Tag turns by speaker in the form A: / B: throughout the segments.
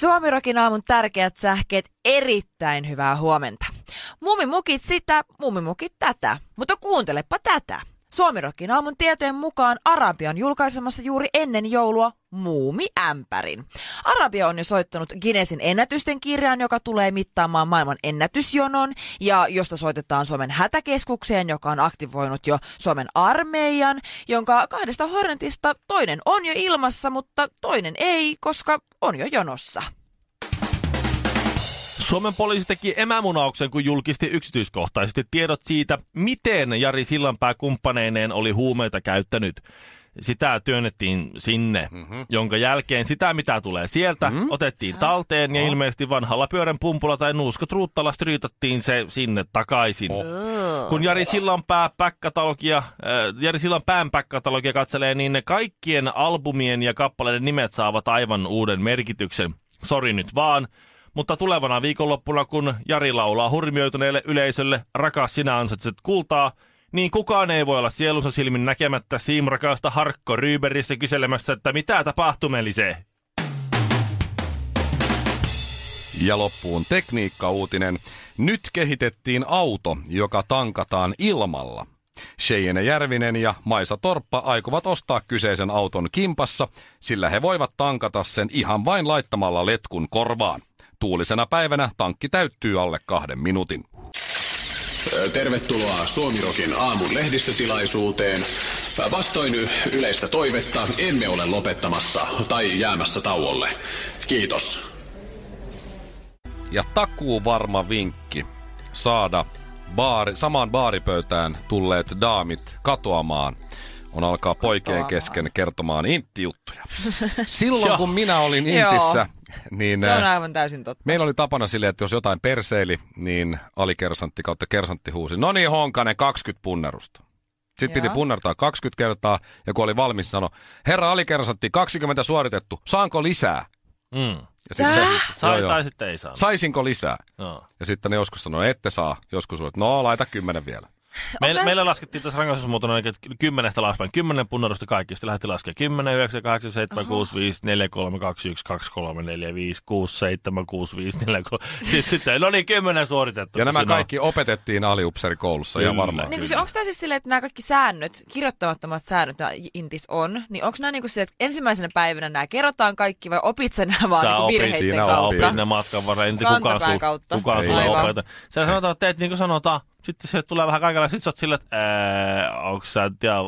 A: Suomirokin aamun tärkeät sähkeet, erittäin hyvää huomenta. Mumimukit sitä, mumimukit tätä, mutta kuuntelepa tätä. Suomirokin aamun tietojen mukaan Arabia on julkaisemassa juuri ennen joulua muumiämpärin. Arabia on jo soittanut Guinnessin ennätysten kirjaan, joka tulee mittaamaan maailman ennätysjonon ja josta soitetaan Suomen hätäkeskukseen, joka on aktivoinut jo Suomen armeijan, jonka kahdesta Hornetista toinen on jo ilmassa, mutta toinen ei, koska on jo jonossa.
B: Suomen poliisi teki emämunauksen, kun julkisti yksityiskohtaisesti tiedot siitä, miten Jari Sillanpää kumppaneineen oli huumeita käyttänyt. Sitä työnnettiin sinne, mm-hmm. jonka jälkeen sitä, mitä tulee sieltä, mm-hmm. otettiin talteen ja ilmeisesti vanhalla pyörän pumpulla tai nuuskotruuttalla striitattiin se sinne takaisin. Kun Jari Sillanpää päkkätalogia, äh, Jari Sillanpään päkkätalogia katselee, niin ne kaikkien albumien ja kappaleiden nimet saavat aivan uuden merkityksen. Sori nyt vaan, mutta tulevana viikonloppuna, kun Jari laulaa hurmioituneelle yleisölle Rakas sinä ansaitset kultaa, niin kukaan ei voi olla sielunsa silmin näkemättä siimrakasta Harkko Ryyberissä kyselemässä, että mitä tapahtumelisee.
C: Ja loppuun tekniikka-uutinen. Nyt kehitettiin auto, joka tankataan ilmalla. Sheijene Järvinen ja Maisa Torppa aikovat ostaa kyseisen auton kimpassa, sillä he voivat tankata sen ihan vain laittamalla letkun korvaan. Tuulisena päivänä tankki täyttyy alle kahden minuutin.
D: Tervetuloa Suomirokin aamun lehdistötilaisuuteen. Vastoin yleistä toivetta emme ole lopettamassa tai jäämässä tauolle. Kiitos.
C: Ja takuu varma vinkki saada baari, samaan baaripöytään tulleet daamit katoamaan on alkaa poikien kesken kertomaan inttijuttuja. Silloin kun minä olin
A: Joo.
C: intissä, niin
A: Se on
C: äh,
A: aivan täysin totta.
C: Meillä oli tapana silleen, että jos jotain perseili, niin alikersantti kautta kersantti huusi, no niin Honkanen, 20 punnerusta. Sitten piti
A: Joo.
C: punnertaa 20 kertaa, ja kun oli valmis, niin sanoi, herra alikersantti, 20 suoritettu, saanko lisää?
B: Mm.
C: Ja
A: Tää?
B: Sai
C: joo,
B: tai
C: joo.
B: sitten ei saa.
C: Saisinko lisää?
B: Joo.
C: Ja sitten ne joskus sanoi, ette saa. Joskus sanoi, että no laita kymmenen vielä.
B: Meillä,
A: Onks
B: meillä laskettiin tässä rangaistusmuotona niin, että kymmenestä alaspäin. Kymmenen punnarusta kaikista lähti laskemaan. 10, 9, 8, 7, 6, 5, 4, 3, 2, 1, 2, 3, 4, 5, 6, 7, 6, 5, 4, 3. Siis sitten, no niin, kymmenen suoritettu.
C: Ja nämä
B: Siinä on-
C: kaikki opetettiin aliupserikoulussa, ihan
B: Kyllä.
C: varmaan.
A: Niin,
B: Niin.
A: siis onko tämä siis silleen, että nämä kaikki säännöt, kirjoittamattomat säännöt, mitä Intis on, niin onko nämä niinku se, että ensimmäisenä päivänä nämä kerrotaan kaikki vai opit sä nämä vaan
B: Sä
A: niinku
B: opit,
A: virheiden
C: siinä
B: Sä
A: kautta?
C: opit.
B: opit No. ne matkan varrella, ei niitä kukaan,
A: Kantapään
B: sul,
A: kautta.
B: kukaan
C: Ei.
B: sulle
C: Aivan.
B: opeta. Sä sanotaan, että teet niin kuin sanotaan, sitten se tulee vähän kaikenlaista, sit sä oot sillä, että ää, onks sä nyt ihan,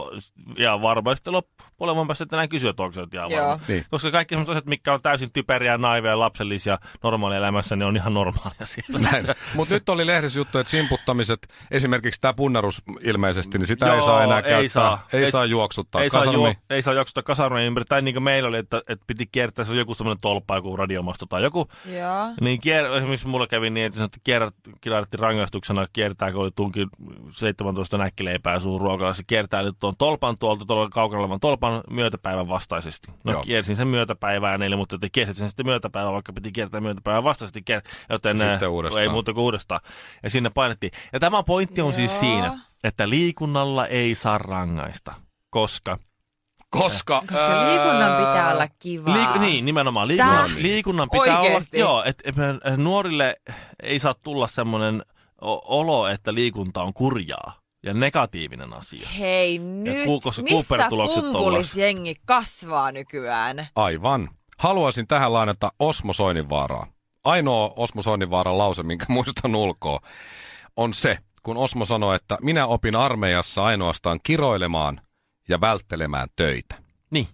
B: ihan varma, Ja sitten loppupuolen voin päästä tänään kysyä, että onko sä nyt ihan
A: Joo.
B: varma.
C: Niin.
B: Koska kaikki sellaiset asiat, mitkä on täysin typeriä, naiveja, lapsellisia, normaali elämässä, ne on ihan normaalia siellä.
C: Näin. Mutta nyt oli lehdessä juttu, että simputtamiset, esimerkiksi tämä punnerus ilmeisesti, niin sitä ei
B: Joo,
C: saa enää käyttää.
B: ei saa.
C: ei,
B: Ei-
C: saa juoksuttaa.
B: Ei saa, juo,
C: Kasarmi-
B: ei saa juoksuta kasarmeen ympäri, tai niin kuin meillä oli, että, että piti kiertää se joku semmoinen tolppa, joku radiomasto tai joku,
A: Joo.
B: Niin kier, esimerkiksi mulla kävi niin, että sanoit, että kierrät, kierrätti rangaistuksena kiertää, kun oli tunkin 17 näkkileipää suun ruokalla. Se kiertää nyt tuon tolpan tuolta, tuolla kaukana olevan tolpan myötäpäivän vastaisesti. No
C: Joo.
B: Joo. kiersin sen myötäpäivään, eli mutta kiersit sen sitten myötäpäivän, vaikka piti kiertää myötäpäivän vastaisesti, kier- joten
C: Sitten
B: ää,
C: uudestaan.
B: ei muuta kuin uudestaan. Ja sinne painettiin. Ja tämä pointti on Joo.
A: Joo.
B: siis siinä, että liikunnalla ei saa rangaista, koska
C: Koska,
A: Koska liikunnan pitää olla kivaa.
B: Liik- niin, nimenomaan. Liikunnan,
A: Tää-
B: liikunnan pitää
A: Oikeesti.
B: olla... Joo, että eh, nuorille ei saa tulla semmoinen o- olo, että liikunta on kurjaa ja negatiivinen asia.
A: Hei nyt,
B: ku- koska
A: missä
B: Cooper-tulokset on
A: pumpulisjengi kasvaa nykyään?
C: Aivan. Haluaisin tähän lainata Osmo Soininvaaraa. Ainoa Osmo Soininvaaran lause, minkä muistan ulkoa, on se, kun Osmo sanoi, että minä opin armeijassa ainoastaan kiroilemaan ja välttelemään töitä.
B: Niin.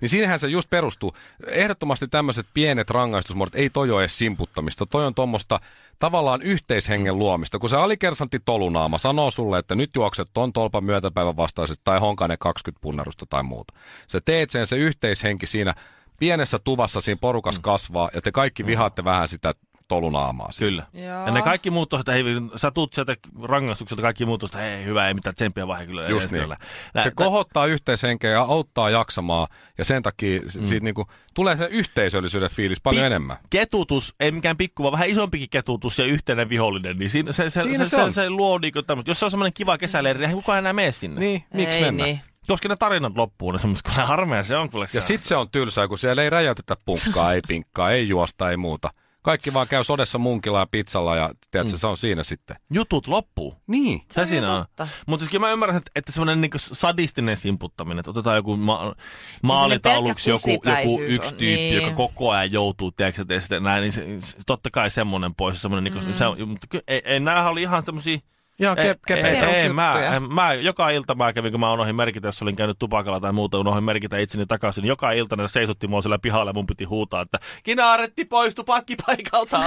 C: Niin siinähän se just perustuu. Ehdottomasti tämmöiset pienet rangaistusmuodot, ei toi ole edes simputtamista. Toi on tuommoista tavallaan yhteishengen luomista. Kun se alikersantti tolunaama sanoo sulle, että nyt juokset ton tolpan myötäpäivän vastaiset tai honkainen 20 punnerusta tai muuta. Se teet sen,
B: Mm.
C: se yhteishenki siinä pienessä tuvassa siinä porukas kasvaa ja te kaikki vihaatte vähän sitä tolunaamaa. siinä.
B: Kyllä.
A: Joo.
B: Ja ne kaikki muut toiset, hei, sä tuut sieltä rangaistukselta kaikki muut toiset, hei hyvä, ei mitään tsempiä vaan hei, kyllä.
C: Just
B: ei
C: niin.
B: siellä. Nä-
C: Se
B: nä-
C: kohottaa yhteishenkeä ja auttaa jaksamaan ja sen takia mm. siitä niinku, tulee se yhteisöllisyyden fiilis paljon
B: Pi-
C: enemmän.
B: Ketutus, ei mikään pikku, vaan vähän isompikin ketutus ja yhteinen vihollinen, niin siinä, se, se,
C: Siinä
B: se,
C: se
B: se,
C: on.
B: se, se luo niinku tämmöistä. Jos se on semmoinen kiva kesäleiri, eihän kukaan enää mene sinne.
C: Niin, miksi
A: Ei
C: mennä?
A: Niin.
B: Koska ne tarinat loppuu, ne semmoiset, kun harmea se on kyllä.
C: Ja sit se on tylsää, kun siellä ei räjäytetä punkkaa, ei pinkkaa, ei juosta, ei muuta. Kaikki vaan käy sodessa munkilla ja pizzalla ja tiedätkö, mm. se on siinä sitten.
B: jutut loppuu.
C: Niin.
B: Se
A: on
B: siinä
A: ihan
B: on.
A: totta.
B: Mutta siis mä ymmärrän, että, että semmoinen niin sadistinen simputtaminen, että otetaan joku ma-
A: Niin pelkkä
B: maalitauluksi joku, joku
A: kusipäisyys
B: yksi
A: on,
B: tyyppi,
A: niin.
B: joka koko ajan joutuu, tiedätkö, ja sitten näin, niin se, se, totta kai semmoinen pois. Semmoinen,
A: Mm.
B: niin kuin, se, on- mutta ky- ei, ei, näähän oli ihan semmoisia...
C: Ihan
B: ei,
C: ke-
B: ei,
C: kepeitä.
B: ei, mä,
A: perusjuttuja.
B: en, mä, joka ilta mä kävin, kun mä unohdin merkitä, jos olin käynyt tupakalla tai muuta, unohdin merkitä itseni takaisin. niin Joka ilta ne seisotti mua siellä pihalla ja mun piti huutaa, että kinaaretti pois tupakki paikalta,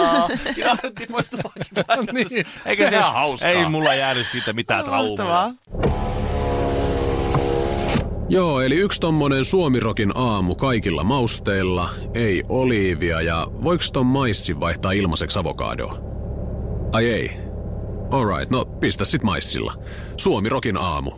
B: kinaaretti pois tupakki
A: No
B: paikalta.
C: Niin,
B: Eikä se,
C: sehän on hauskaa.
B: Ei mulla jäänyt siitä mitään
A: Mahtavaa.
B: traumaa.
E: Joo, eli yksi tommonen suomirokin aamu kaikilla mausteilla, ei oliivia ja voiko ton maissi vaihtaa ilmaiseksi avokadoa? Ai ei. Alright, no pistä sit maissilla. Suomirokin aamu.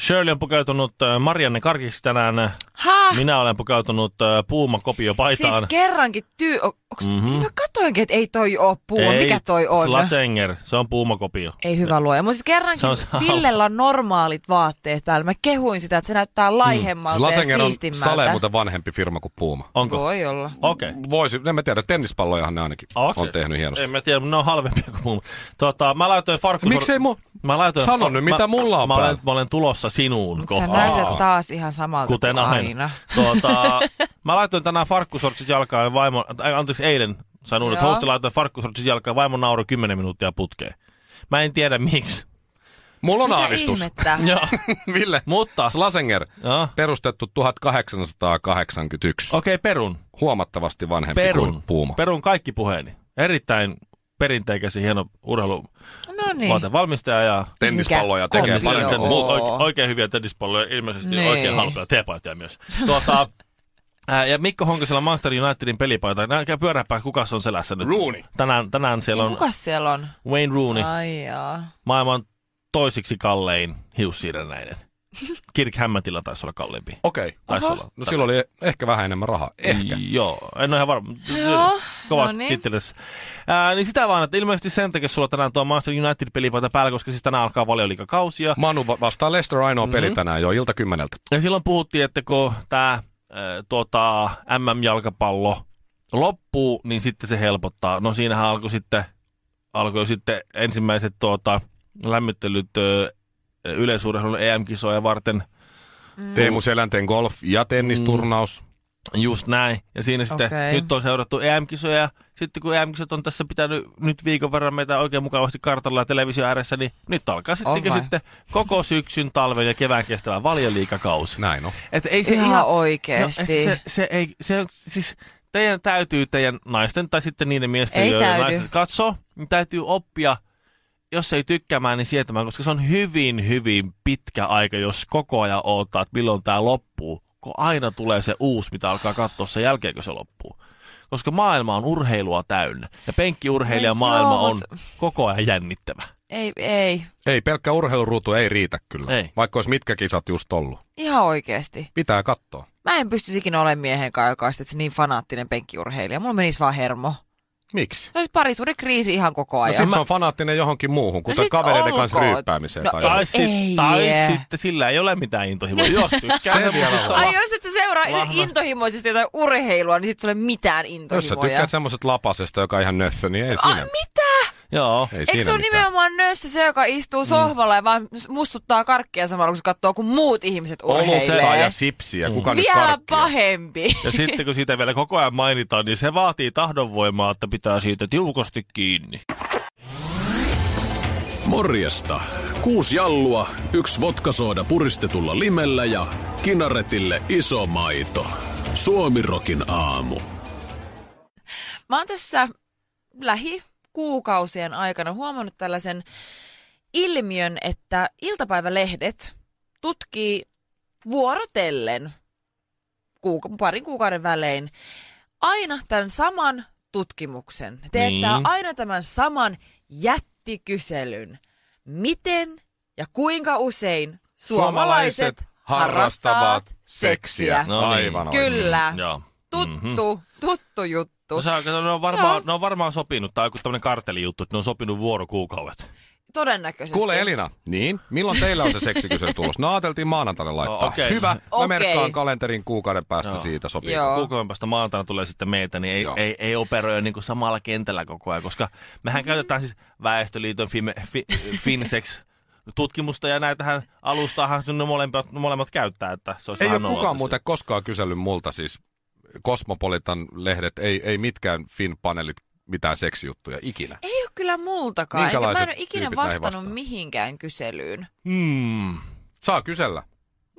B: Shirley on pukeutunut ö, Marianne Karkiksi tänään.
A: Ha!
B: Minä olen pukeutunut äh, ö, Puuma
A: Ah. Siis
B: Kopiopaitaan.
A: kerrankin tyy... o- Onks... Mm-hmm. Mä katoinkin, että ei toi oo puuma.
B: Mhm. Ei,
A: Mikä toi on?
B: Slatsenger. Se on Puuma Kopio.
A: Ei hyvä luoja. Mutta sitten
B: Se
A: kerrankin
B: on sama.
A: Villellä on normaalit vaatteet päällä. Mä kehuin sitä, että se näyttää laihemmalta
B: Siis
A: mm.
C: Lasenger
A: ja
C: on
A: siistimmältä.
C: Sale muuten vanhempi firma kuin Puuma.
B: Onko?
A: Voi olla.
B: Okei.
C: Voisi, en mä tiedä, tennispallojahan ne ainakin
B: Okei.
C: on tehnyt hienosti.
B: En mä tiedä, ne on halvempia kuin mun. Tota, mä laitoin farkku...
C: Miksei mu-
B: Mä laitoin...
C: Sano nyt, mitä mulla on
B: mä, mä, olen,
C: päällä.
B: mä olen tulossa sinuun
A: Sä
B: kohta.
A: näytät taas ihan samalta
B: Kuten
A: kuin
B: aina. Tuota, mä laitoin tänään farkkusortsit jalkaan ja vaimo, äh, anteeksi eilen sanoin, että
A: Joo.
B: hosti laitoin farkkusortsit jalkaan ja vaimo nauroi 10 minuuttia putkeen. Mä en tiedä miksi.
C: Mulla on
A: Mitä
C: aavistus.
A: ihmettä?
B: Joo.
C: Ville.
B: Mutta,
C: Slasenger,
B: Joo.
C: perustettu 1881.
B: okei, okay, perun.
C: Huomattavasti vanhempi kuin
B: Perun.
C: Puuma.
B: Perun kaikki puheeni. Erittäin perinteikäs ja hieno urheilu.
A: No niin.
B: Valmistaja ja
C: Tennispalloja
A: Mikä
C: tekee
A: komio
C: paljon.
B: Paljon
A: on?
C: tennis-
B: tennis, oike, oikein hyviä tennispalloja, ilmeisesti
A: Niin.
B: niin. oikein halpoja teepaitoja myös. Tuota, ää, ja Mikko Honkosella Manchester Unitedin pelipaita. Näkää pyöräpää, kuka se on selässä nyt?
C: Rooney.
B: Tänään, tänään siellä
A: Niin
B: on
A: kuka siellä on?
B: Wayne Rooney,
A: Ai jaa.
B: maailman toisiksi kallein hiussiirrennäinen. Kirk Hämmätillä taisi olla kalliimpi.
C: Okei. Okay.
B: Taisi olla.
C: No silloin oli ehkä vähän enemmän rahaa. Ehkä.
B: Joo, en ole ihan varma.
A: Joo,
B: Kovat
A: no niin.
B: tittelis. Ää, niin sitä vaan, että ilmeisesti sen takia sulla tänään tuo Manchester United-pelipaita päällä, koska siis tänään alkaa valioliikakausi ja
C: Manu va- vastaa Lester ainoa peli
B: Mm-hmm.
C: tänään jo ilta kymmeneltä.
B: Ja silloin puhuttiin, että kun tämä tota, MM-jalkapallo loppuu, niin sitten se helpottaa. No siinähän alkoi sitten, alkoi sitten ensimmäiset tuota, lämmittelyt ö, yleisurheilun EM-kisoja varten.
A: Mm.
C: Teemu Selänteen golf- ja tennisturnaus.
B: Just näin. Ja siinä sitten
A: Okei.
B: okay. nyt on seurattu EM-kisoja. ja Sitten kun EM-kisat on tässä pitänyt nyt viikon verran meitä oikein mukavasti kartalla ja televisio ääressä, niin nyt alkaa sittenkin
A: vai?
B: sitten koko syksyn, talven ja kevään kestävä valioliikakausi.
C: Näin on.
B: Et ei se
A: Ihan
B: ihan
A: oikeesti.
B: No, se, se, ei, se on, siis teidän täytyy teidän naisten tai sitten niiden miesten,
A: Ei
B: joiden
A: täydy.
B: naiset katsoo, niin täytyy oppia, jos ei tykkäämään, niin sietämään, koska se on hyvin, hyvin pitkä aika, jos koko ajan odottaa, että milloin tämä loppuu, kun aina tulee se uusi, mitä alkaa katsoa sen jälkeen, kun se loppuu. Koska maailma on urheilua täynnä ja
A: No
B: penkkiurheilijan maailma
A: joo,
B: on
A: mut-
B: koko ajan jännittävä.
A: Ei, ei.
C: Ei, pelkkä urheiluruutu ei riitä kyllä.
B: Ei.
C: Vaikka olisi mitkä kisat just ollut.
A: Ihan oikeesti.
C: Pitää katsoa.
A: Mä en pystyisi ikinä olemaan miehen kanssa, joka olisi niin fanaattinen penkkiurheilija. Mulla menisi vaan hermo.
C: Miksi?
A: Se olisi parisuuden kriisi ihan koko
C: No
A: ajan.
C: sit se on fanaattinen johonkin muuhun, kuten
A: No sit
C: kavereiden
A: olkoon.
C: kanssa ryyppäämiseen
A: No
C: tai
B: Tai,
C: johonkin.
B: sit,
A: ei.
B: tai sitten sillä ei ole mitään intohimoa. Jos tykkää,
C: Se
B: niin
C: vielä
B: musta-
C: on.
A: Ai jos et sä seuraa
B: Vahva.
A: intohimoisesti jotain urheilua, niin sit sulle mitään
C: Jos sä
A: intohimoja.
C: tykkäät semmoset lapasesta, joka on ihan nössö, niin ei
A: Ai,
C: siinä,
A: mitä?
B: Joo.
C: ei
A: Eikö se
C: siinä
A: ole
C: mitään. Mm.
A: nimenomaan nössö se, joka istuu sohvalla ja vaan mustuttaa karkkia samalla, kun se katsoo, kun muut ihmiset
C: Olutta
A: urheilee?
C: ja sipsiä, kuka nyt
A: Vielä
C: karkkia?
A: pahempi.
B: Ja sitten kun siitä vielä koko ajan mainitaan, niin se vaatii tahdonvoimaa, että pitää siitä tiukasti kiinni.
E: Morjesta. Kuusi jallua, yksi vodkasooda puristetulla limellä ja kinaretille iso maito. Suomirokin aamu.
A: Mä oon tässä lähikuukausien aikana huomannut tällaisen ilmiön, että iltapäivälehdet tutkii vuorotellen kuuka- parin kuukauden välein aina tämän saman tutkimuksen. Teettää
B: Niin.
A: aina tämän saman jättikyselyn. Miten ja kuinka usein suomalaiset harrastavat seksiä?
B: No niin.
C: Aivan oikein.
A: Kyllä.
B: Joo. Mhm.
A: Tuttu, tuttu juttu.
B: No, se, on- kato, ne, on varmaan, ne on varmaan sopinut, tai joku tämmöinen kartelijuttu, että ne on sopinut vuorokuukaudet.
A: Todennäköisesti.
C: Kuule Elina, niin? Milloin teillä on se seksikysely tulossa? No ajateltiin maanantaina laittaa.
B: Oh, okei.
C: Hyvä, mä
A: Okei.
C: merkkaan kalenterin kuukauden päästä
B: Joo.
C: siitä sopii.
A: Joo.
B: Kuukauden päästä maanantaina tulee sitten meitä, niin ei,
C: Joo.
B: ei, ei operoi niin kuin samalla kentällä koko ajan, koska mehän käytetään siis Väestöliiton Fime, fi, Finsex tutkimusta ja näitähän alustaahan ne molemmat, molemmat käyttää. Että se olisi
C: Ei ole
B: ihan
C: kukaan
B: nolotus.
C: muuten koskaan kysellyt multa, siis Cosmopolitan lehdet, ei, ei mitkään Fin-paneelit mitään seksijuttuja ikinä.
A: Ei ole kyllä multakaan. Enkä mä en
C: Minkälaiset
A: ole ikinä
C: tyypit näihin
A: vastannut
C: vastaa?
A: mihinkään kyselyyn.
B: Hmm.
C: Saa kysellä.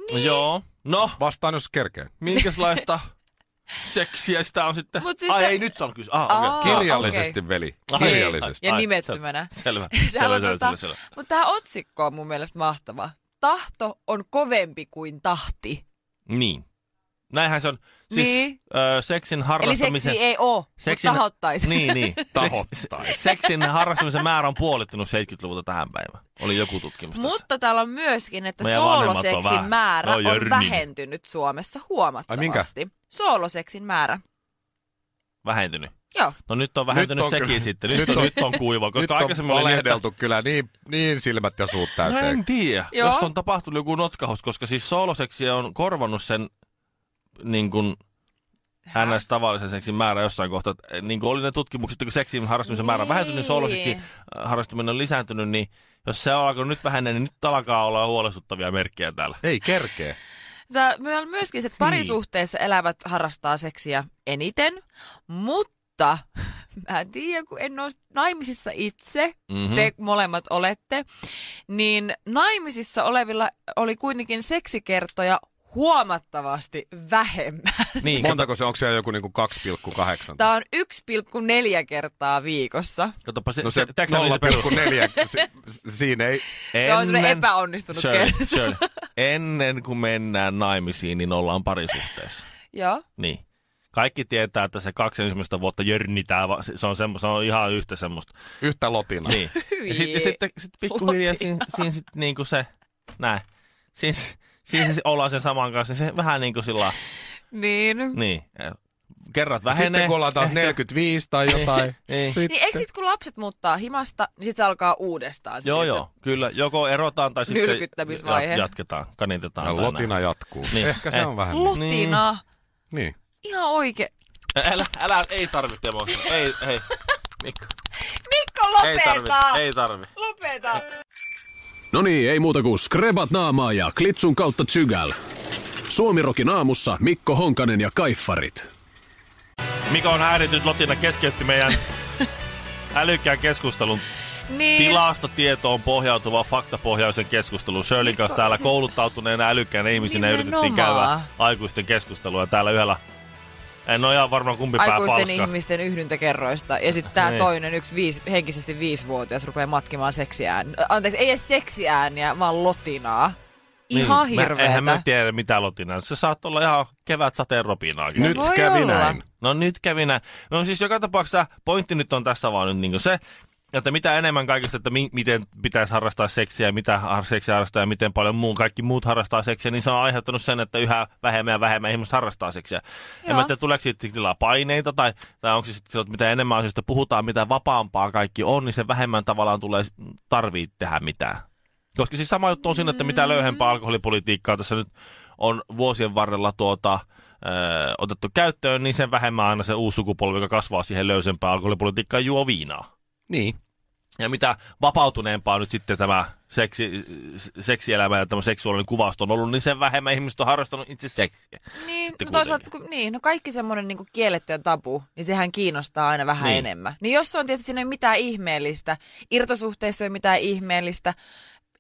B: Niin. Joo. No,
C: Vastaan jos kerkee.
B: minkälaista seksiä sitä on sitten?
A: Mut siis
B: Ai
A: tä-
B: ei, nyt on kyse. Ah, okei.
A: Aa,
C: Kirjallisesti,
A: okei.
C: veli.
B: Ai,
C: Kirjallisesti.
A: Ja
B: Ai,
A: nimettömänä.
B: Selvä.
A: Täällä
B: Selvä,
A: on
B: selvä,
A: tota-
B: selvä, selvä.
A: Mutta tämä otsikko on mun mielestä mahtava. Tahto on kovempi kuin tahti.
B: Niin. Näinhän se on. Siis
A: Niin.
B: ö, seksin
A: Eli
B: harrastamisen...
A: seksi ei oo, seksin... mutta tahottaisi.
B: Niin, niin.
C: Tahottaisi.
B: Seks- Seksin harrastamisen määrä on puolittunut 70-luvulta tähän päivään. Oli joku tutkimus tässä.
A: Mutta täällä on myöskin, että
B: Meidän vanhemmat on
A: sooloseksin
B: vähän-
A: määrä
B: no,
A: on
B: jörnin.
A: vähentynyt Suomessa
C: Ai minkä?
A: huomattavasti. Sooloseksin määrä.
B: Vähentynyt.
A: Joo.
B: No nyt on vähentynyt
C: on
B: sekin
C: kyllä-
B: sitten. Nyt, on, nyt on kuiva, koska
C: Nyt on
B: aikaisemmin oli niin, että-
C: valehdeltu kyllä niin, niin silmät ja suut
B: No
C: täyteen.
B: en tiedä,
A: Joo.
B: jos on tapahtunut joku notkahus, koska siis sooloseksiä on korvannut sen niin kuin hänestä tavallisen seksin määrä jossain kohtaa. Et, Niin kuin oli ne tutkimukset, että kun seksin harrastamisen määrä on vähentynyt, niin
A: Niin.
B: sooloseksi äh, harrastaminen on lisääntynyt, niin jos se on alkanut nyt vähenee, niin nyt alkaa olla huolestuttavia merkkejä täällä.
C: Ei kerkee.
A: Tää myö- myöskin se, että parisuhteessa
B: Niin.
A: elävät harrastaa seksiä eniten, mutta mä en tiedä, kun en ole naimisissa itse,
B: Mhm.
A: mm-hmm. te molemmat olette, niin naimisissa olevilla oli kuitenkin seksikertoja huomattavasti vähemmän.
B: Niin, Monta...
C: Montako se, onko siellä joku niinku 2,8?
A: Tämä on 1,4 kertaa viikossa.
B: katsopa se,
C: No se
B: tiedätkö, mikä oli perus-
C: 0,4, si- si- siinä ei,
A: Se on semmoinen
B: Ennen-
A: epäonnistunut
B: Shirley,
A: kerta.
B: Shirley. Ennen kuin mennään naimisiin, niin ollaan parisuhteessa.
A: Joo.
B: Niin. Kaikki tietää, että se kaksi ensimmäistä vuotta jörnitää, va- se se on, semmo, se on ihan yhtä semmoista.
C: yhtä lotina.
B: Niin. Ja sitten sit, sit pikkuhiljaa siinä, siinä sit niinku se, näin. Siis, siinä se ollaan sen saman kanssa, se vähän niin kuin sillä
A: Niin. niin.
B: niin. Kerrat vähenee.
C: Sitten kun ollaan taas 45 tai jotain.
B: Niin.
C: sit-
A: Niin eikö sit, kun lapset muuttaa himasta, niin sit se alkaa uudestaan. se,
B: Joo,
A: tiedätkö?
B: joo, kyllä. Joko erotaan tai sitten
A: Nylkyttämisvaihe.
B: ja- jatketaan, kanitetaan.
C: Ja
B: tai
C: lotina jatkuu.
B: Niin.
C: Ehkä se
B: Eh.
C: on vähän.
A: Lutina. Niin.
C: Niin.
A: Ihan oikein.
B: näin. Älä, älä, ei tarvitse emosta. Ei, hei. Mikko,
A: Mikko,
B: ei tarvitse,
A: lopeta!
B: ei tarvitse.
A: Lopeta!
E: No niin, ei muuta kuin skrebat naamaa ja klitsun kautta tsygäl. Suomirokin aamussa Mikko Honkanen ja Kaiffarit.
B: Mika on häirinyt Lotina keskeytti meidän älykkään keskustelun.
A: Niin.
B: Tilastotietoon pohjautuva faktapohjaisen keskustelun. Shirley kanssa
A: Mikko,
B: täällä
A: siis-
B: kouluttautuneena älykkäänä ihmisinä yritettiin
A: Nimenomaan.
B: käydä aikuisten keskustelua. Täällä yhdellä, en ole ihan varmaan kumpi pää
A: Aikuisten
B: falska.
A: ihmisten yhdyntäkerroista. Ja sitten tämä
B: Niin.
A: toinen, yksi viisi, henkisesti viisivuotias, rupeaa matkimaan seksiään. Anteeksi, ei edes seksiääniä, vaan lotinaa. Ihan
B: niin,
A: niin,
B: mä-
A: hirveetä.
B: Eihän mä tiedä mitä Lotina. Se saat olla ihan kevät sateen ropinaakin.
A: Se
C: Nyt
A: voi
C: kävi
A: olla.
C: näin.
B: No nyt kävi näin. No siis joka tapauksessa pointti nyt on tässä vaan nyt niin se, että mitä enemmän kaikista, että mi- miten pitäisi harrastaa seksiä, ja mitä har- seksiä harrastaa ja miten paljon muun, kaikki muut harrastaa seksiä, niin se on aiheuttanut sen, että yhä vähemmän ja vähemmän ihmiset harrastaa seksiä. En
A: Joo.
B: mä tiedä, tuleeko siitä tilaa paineita tai, tai onko se sitten, se, että mitä enemmän asioista puhutaan, mitä vapaampaa kaikki on, niin se vähemmän tavallaan tulee tarvii tehdä mitään. Koska siis sama juttu on siinä, että mitä löyhempää
A: Mm.
B: alkoholipolitiikkaa tässä nyt on vuosien varrella tuota, ö, otettu käyttöön, niin sen vähemmän aina se uusi sukupolvi, joka kasvaa siihen löysempään alkoholipolitiikkaan, juo viinaa.
C: Niin.
B: Ja mitä vapautuneempaa nyt sitten tämä seksi, s- seksielämä ja tämä seksuaalinen kuvasto on ollut, niin sen vähemmän ihmiset on harrastanut itse seksiä.
A: Niin,
B: Sitten
A: no toisaalta, kun, niin, no kaikki semmoinen niin kielletty ja tabu, niin sehän kiinnostaa aina vähän
B: Niin.
A: niin. enemmän. Niin jos se on tietysti, siinä ei ole mitään ihmeellistä, irtosuhteissa ei ole mitään ihmeellistä,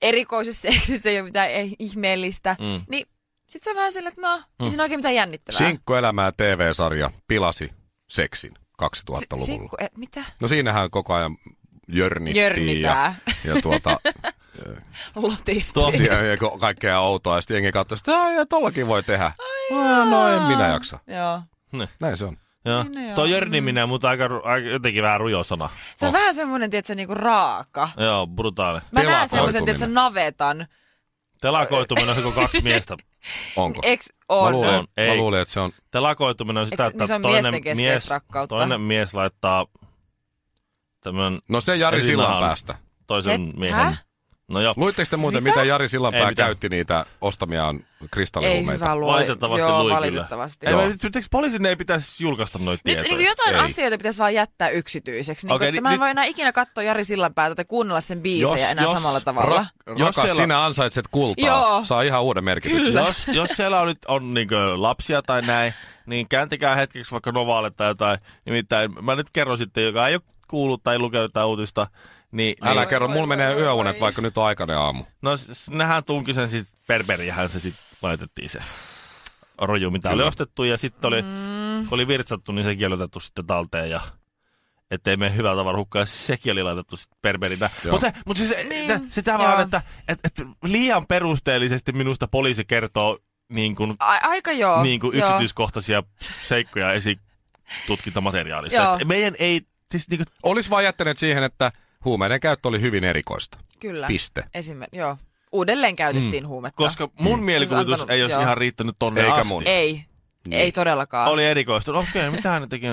A: erikoisessa seksissä ei ole mitään eh- ihmeellistä,
B: Mm.
A: mm. niin sit sä vähän sillä, että no, mm. ei siinä oikein mitään jännittävää.
C: Sinkkuelämää TV-sarja pilasi seksin
A: Si-
C: 2000-luvulla.
A: sinkku- eh, mitä?
C: No siinähän koko ajan jörnittiin ja,
A: Jörnitää.
C: ja tuota,
A: Lotista.
C: siellä ja ko- kaikkea outoa. Ja sitten jengi katsoi, että "Ai, ja tollakin voi tehdä. Ai no en minä jaksa.
A: Joo.
C: Näin se on.
B: Joo.
A: Niin, no joo.
B: Tuo jörniminen on mutta aika, ru- aika jotenkin vähän rujo sana.
A: Se on oh. vähän semmoinen, tietsä, niinku raaka.
B: Joo, brutaali.
A: Mä näen
C: Telakoituminen.
A: semmoisen, tietsä, navetan.
B: Telakoituminen on joku kaksi miestä.
C: Onko?
A: Eks
C: Mä
A: on?
C: luulen,
B: On, ei.
C: mä luulen, että se on
B: Telakoituminen on sitä,
A: Eiks- niin
B: että
A: se on
B: toinen,
A: miesten keskeistä
B: mies,
A: rakkautta?
B: toinen mies laittaa tämän
C: No se Jari
B: Eli nahan.
C: Sillanpäästä.
B: toisen
A: Het-
B: miehen.
A: Häh?
B: No joo,
C: Luitteko te muuten,
A: Mitä?
C: mitä, Jari
B: Ei
C: Sillanpää
B: mitään.
C: käytti niitä ostamiaan
A: Ei
C: kristallihuumeita?
A: hyvä luo.
B: valitettavasti
A: Joo,
B: lui kyllä.
A: valitettavasti.
B: Ei,
A: Joo.
B: mä- nyt- nyt, eikö poliisin ei pitäisi julkaista noita
A: Nyt
B: tietoja?
A: niin jotain
C: Ei.
A: ei. asioita pitäisi vaan jättää yksityiseksi. Niin
B: Okei,
A: okay, että
B: niin
A: mä en
B: nyt-
A: voi enää ikinä katsoa Jari Sillanpäätä tai kuunnella sen biisejä
B: Jos-
A: enää
B: jos
A: samalla
B: ra-
A: tavalla.
C: Ra-
B: Jos
C: Rakas,
B: siellä-
C: sinä ansaitset kultaa.
A: Joo.
C: Saa ihan uuden merkityksen.
B: Jos, jos siellä on nyt on niin lapsia tai näin, niin kääntäkää hetkeksi vaikka Novaalle tai jotain. Nimittäin mä nyt kerron sitten, joka ei ole kuullut tai lukenut jotain uutista. Niin,
C: Älä
B: niin,
C: kerro, mulla menee yöunet, vaikka nyt on aikainen aamu.
B: no s- nehän tunki sen sitten, Berberiähän se sitten laitettiin se roju, mitä oli
C: Kyllä.
B: ostettu. Ja sitten oli,
A: Mm.
B: kun oli virtsattu, niin sekin oli otettu sitten talteen ja ettei mene hyvältä tavalla hukkaan. Ja siis sekin oli laitettu sitten berberinä.
C: Joo.
B: Mutta, mutta siis niin,
A: Niin,
B: sitä vaan,
A: joo.
B: että et, et liian perusteellisesti minusta poliisi kertoo niin kuin
A: A- aika joo.
B: niin kuin
A: joo.
B: yksityiskohtaisia seikkoja esitutkintamateriaalista.
A: Joo.
B: Et meidän ei, siis niin kuin,
C: Olis vaan jättänyt siihen, että huumeiden käyttö oli hyvin erikoista.
A: Kyllä.
C: Piste.
A: Esim- joo. Uudelleen käytettiin mm. huumetta.
B: koska mun mm. mielikuvitus
A: antanut-
B: ei olisi
A: joo.
B: ihan riittänyt tonne
C: Niin. Eikä
B: asti.
C: mun.
A: Ei. Niin. Ei todellakaan.
B: Oli erikoista. Okei, okay, mitä hän teki?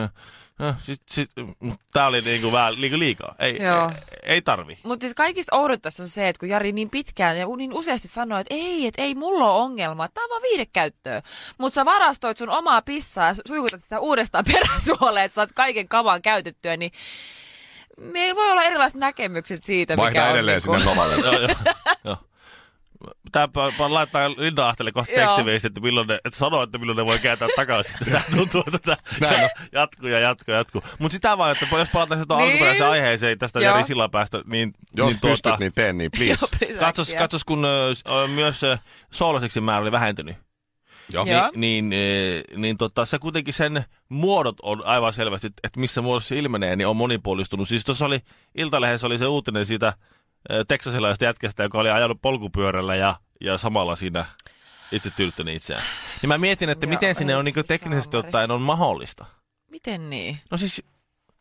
B: No, sit, sit, mut tää oli niinku vähän niinku liikaa. Ei,
A: Joo.
B: ei, ei tarvi.
A: Mutta siis kaikista oudot tässä on se, että kun Jari niin pitkään ja niin useasti sanoi, että ei, että ei mulla ole ongelmaa, tämä on vaan viidekäyttöä. Mutta sä varastoit sun omaa pissaa ja suikutat sitä uudestaan peräsuoleen, että saat kaiken kaman käytettyä, niin meillä voi olla erilaiset näkemykset siitä, mikä
C: Vaihda
A: on
C: edelleen
A: niinku-
C: sinne no- novalle.
B: joo, joo, joo. Tää pa- pa- laittaa Linda Ahtelle kohta
A: Joo.
B: tekstiviesti, että milloin ne, että sanoo, että milloin ne voi kääntää takaisin. Tää tuntuu, että tää
C: Näin on.
B: jatkuu ja jatkuu ja jatkuu. Mut sitä vaan, että jos palataan sitä
A: Niin.
B: alkuperäiseen aiheeseen tästä
A: Joo.
B: Jari Sillanpäästä, niin,
C: Jos
B: niin
C: pystyt, niin tee niin, please.
A: Joo, please,
B: Katsos,
A: äkkiä.
B: katsos, kun ö, s- ö, myös ö, sooloseksi määrä oli vähentynyt,
C: Joo.
A: Joo.
B: niin, ö, niin tota, se kuitenkin sen muodot on aivan selvästi, että et missä muodossa se ilmenee, niin on monipuolistunut. Siis tuossa oli, Iltalehdessä oli se uutinen siitä ö, teksasilaisesta jätkästä, joka oli ajanut polkupyörällä ja, ja samalla siinä itse tyydyttänyt itseään. Niin mä mietin, että
A: Joo,
B: miten sinne
A: ei
B: on niinku
A: siis
B: teknisesti
A: saamari.
B: ottaen on mahdollista.
A: Miten niin?
B: No siis,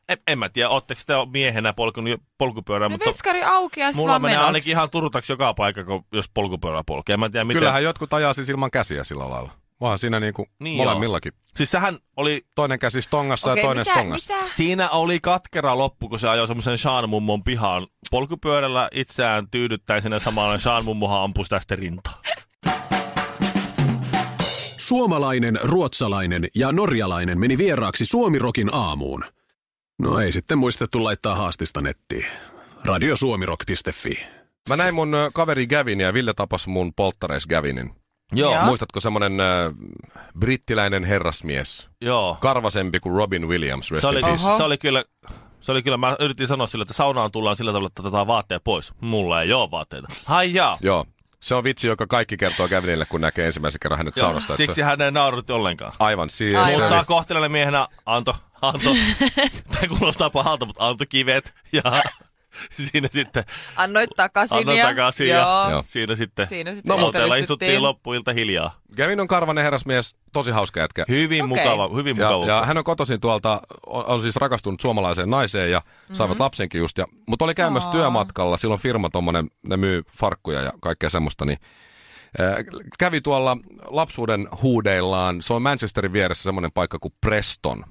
B: en, en mä tiedä, ootteko te miehenä polkunut polkupyörää,
A: No
B: mutta
A: vetskari auki ja sitten
B: mulla
A: vaan
B: menee
A: menoksi.
B: ainakin ihan turutaksi joka paikka, kun, jos polkupyörä polkee. En mä tiedä, miten
C: Kyllähän jotkut ajaa siis ilman käsiä sillä lailla. Vaan siinä niinku
B: Niin
C: niin molemmillakin.
B: Siis sähän oli,
C: Toinen käsi stongassa
A: Okei,
C: ja toinen
A: mitä,
C: stongassa.
A: mitä?
B: siinä oli katkera loppu, kun se ajoi semmoisen Sean mummon pihaan polkupyörällä itseään tyydyttäen sinne samalla. Sean mummohan ampui sitä sitten rintaan.
E: Suomalainen, ruotsalainen ja norjalainen meni vieraaksi Suomirokin aamuun. No ei sitten muistettu laittaa haastista nettiin. Radiosuomirok.fi.
C: Mä näin mun ö, kaveri Gavin ja Ville tapas mun polttareis Gavinin.
B: Joo.
A: Joo.
C: Muistatko semmonen ö, brittiläinen herrasmies?
B: Joo.
C: Karvasempi kuin Robin Williams. Rest
B: Se oli, siis-
C: in peace.
B: se oli kyllä... Se oli kyllä, mä yritin sanoa sillä, että saunaan tullaan sillä tavalla, että otetaan vaatteet pois. Mulla ei ole vaatteita. Hai jaa.
C: Joo. Se on vitsi, joka kaikki kertoo Gavinille, kun näkee ensimmäisen kerran hänet
B: Joo.
C: saunassa. että
B: Siksi
C: se-
B: hän ei naurut ollenkaan.
C: Aivan siis.
A: Aivan.
C: se oli-
B: Mutta kohtelainen miehenä anto, anto, tämä kuulostaa pahalta, mutta anto kivet ja siinä sitten
A: Annoit takaisin.
B: annoin
A: ja-
B: takaisin
A: Joo.
B: ja,
C: Joo.
B: siinä sitten,
A: Siinä sitten
B: no,
A: ystävystyttiin.
B: mutta istuttiin loppuilta hiljaa.
C: Gavin on karvanen herrasmies, tosi hauska jätkä.
B: Hyvin
A: Okei.
B: mukava, hyvin
C: Ja,
B: mukava.
C: ja hän on kotoisin tuolta, on, on siis rakastunut suomalaiseen naiseen ja mm-hmm. saivat lapsenkin just. Ja, mutta oli käymässä
A: Aa.
C: työmatkalla, silloin firma tommonen, ne myy farkkuja ja kaikkea semmoista, niin ää, kävi tuolla lapsuuden huudeillaan, se on Manchesterin vieressä semmoinen paikka kuin Preston.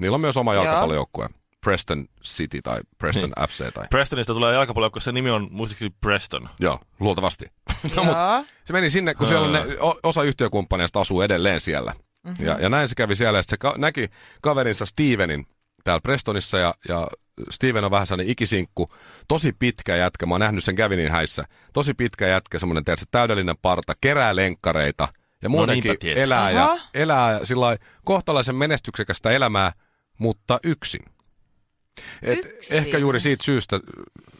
C: Niillä on myös oma
A: Joo.
C: jalkapallojoukkue, Preston City tai Preston FC tai...
B: Prestonista tulee jalkapallo, koska se nimi on muistaakseni Preston.
C: Joo, luultavasti. No,
A: Joo.
C: mut se meni sinne, kun siellä on ne, o- osa yhtiökumppaneista asuu edelleen siellä.
A: Mhm.
C: Mm-hmm. Ja, ja näin se kävi siellä. Ja sit se ka- näki kaverinsa Stevenin täällä Prestonissa ja, ja Steven on vähän sellainen ikisinkku, tosi pitkä jätkä, mä oon nähnyt sen Gavinin häissä, tosi pitkä jätkä, semmoinen tiedätkö, täydellinen parta, kerää lenkkareita ja muutenkin
B: No niinpä tietysti.
C: elää, ja,
A: Aha.
C: elää ja sillä lailla kohtalaisen menestyksekästä elämää, mutta yksin. Et
A: Yksin.
C: Ehkä juuri siitä syystä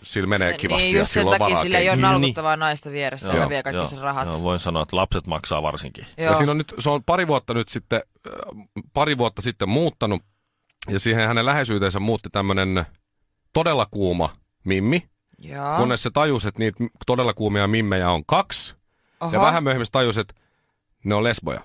C: sillä menee kivasti
A: Niin,
C: ja
A: just sen
C: sillä on
A: takia
C: varaa Niin,
A: sillä ei ole
C: keikkiin.
A: nalkuttavaa naista vieressä,
C: Joo,
A: hän vie kaikki sen rahat.
B: Niin, Joo, voin sanoa, että lapset maksaa varsinkin.
C: niin. Ja siinä on nyt, se on pari vuotta nyt sitten, äh, pari vuotta sitten muuttanut, ja siihen hänen läheisyyteensä muutti tämmöinen todella kuuma mimmi,
A: Joo.
C: ah. kunnes se tajusi, että niitä todella kuumia mimmejä on kaksi, Oho. ja vähän myöhemmin se tajusi, että ne on lesboja.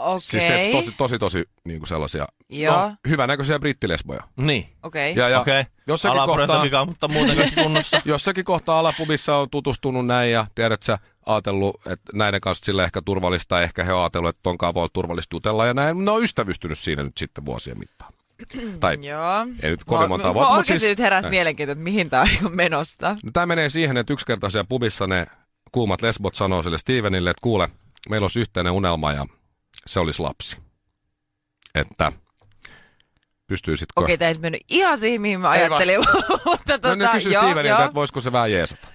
A: Okei.
C: Siis ne tosi, tosi, tosi niin kuin sellaisia
A: Joo.
C: hyvänäköisiä brittilesboja.
B: Niin.
A: Okei.
C: Ja, ja
B: Okei.
C: jossakin,
B: Alapuolelta
C: kohtaa,
B: vika, mutta muuten kaikki kunnossa.
C: jossakin kohtaa alapubissa on tutustunut näin ja tiedät sä, ajatellut, että näiden kanssa sille ehkä turvallista, ehkä he on ajatellut, että tonkaan voi olla turvallista jutella ja näin. Ne on ystävystynyt siinä nyt sitten vuosien mittaan. tai
A: Joo.
C: ei nyt kovin monta
A: vuotta.
C: vuotta, mutta
A: Oikeasti
C: siis,
A: nyt heräsi mielenkiintoa, että mihin tämä on niinku menosta.
C: No, Tämä menee siihen, että yksi kerta siellä pubissa ne kuumat lesbot sanoo sille Stevenille, että kuule, meillä olisi yhteinen unelma ja se olisi lapsi. Että pystyisitkö...
A: Okei, tämä ei nyt mennyt ihan siihen, mihin mä
C: Ei
A: ajattelin. mutta tota,
C: no ne kysyi
A: joo,
C: Steveniltä,
A: joo.
C: että voisiko se vähän jeesata.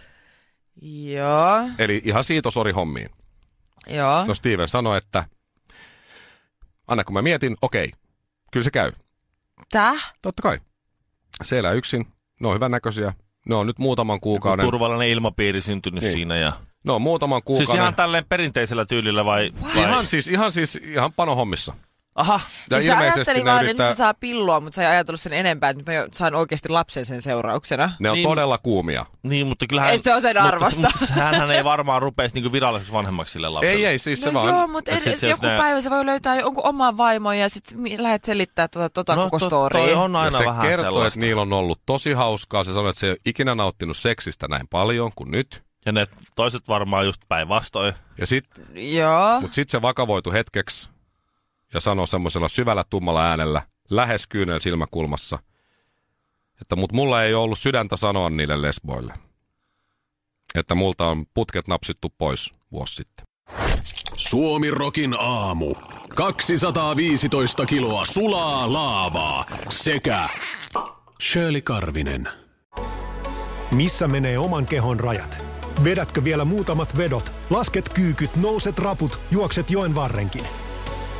A: Joo,
C: Eli ihan siitä sori hommiin.
A: joo.
C: No Steven sanoi, että anna kun mä mietin, okei, kyllä se käy.
A: Täh?
C: Totta kai. Se elää yksin, ne on hyvännäköisiä, ne on nyt muutaman
B: Joku
C: kuukauden.
B: turvallinen ilmapiiri syntynyt
C: Niin.
B: siinä. Ja...
C: Ne on muutaman kuukauden.
B: Siis ihan tälleen perinteisellä tyylillä vai? vai?
C: ihan siis, ihan siis, ihan panohommissa.
B: Aha.
C: Ja
A: siis sä
C: ilmeisesti
A: ajattelin
C: ne
A: vaan, että
C: yrittää,
A: nyt se saa pilloa, mutta sä ei ajatellut sen enempää, että nyt mä jo- saan oikeasti lapsen sen seurauksena.
C: ne on
B: Niin.
C: todella kuumia.
B: Niin, mutta kyllähän...
A: Et se on sen arvosta.
B: Mutta, mutta hänhän ei varmaan rupeisi niinku viralliseksi vanhemmaksi sille lapselle.
C: Ei, ei, siis se
A: no
C: vaan...
A: joo, mutta
B: Et
A: edes,
B: sit
A: edes
B: jos
A: joku
B: ne-
A: päivä se voi löytää jonkun oman vaimon ja sit mi- lähdet selittää tota, tota
B: No,
A: koko
B: to-
A: storia.
B: toi on
C: ja
B: aina
C: se
B: vähän
C: kertoo,
B: sellaista.
C: että niin- niillä on ollut tosi hauskaa. Se sanoi, että se ei ole ikinä nauttinut seksistä näin paljon kuin nyt.
B: Ja ne toiset varmaan just päinvastoin.
C: Ja sit,
A: Joo.
C: mut sit se vakavoitu hetkeksi ja sanoi semmoisella syvällä tummalla äänellä, lähes kyynel silmäkulmassa, että mut mulla ei ole ollut sydäntä sanoa niille lesboille. Että multa on putket napsittu pois vuosi sitten.
E: Suomirokin aamu. 215 kiloa sulaa laavaa sekä Shirley Karvinen.
F: Missä menee oman kehon rajat? Vedätkö vielä muutamat vedot? Lasket kyykyt, nouset raput, juokset joen varrenkin.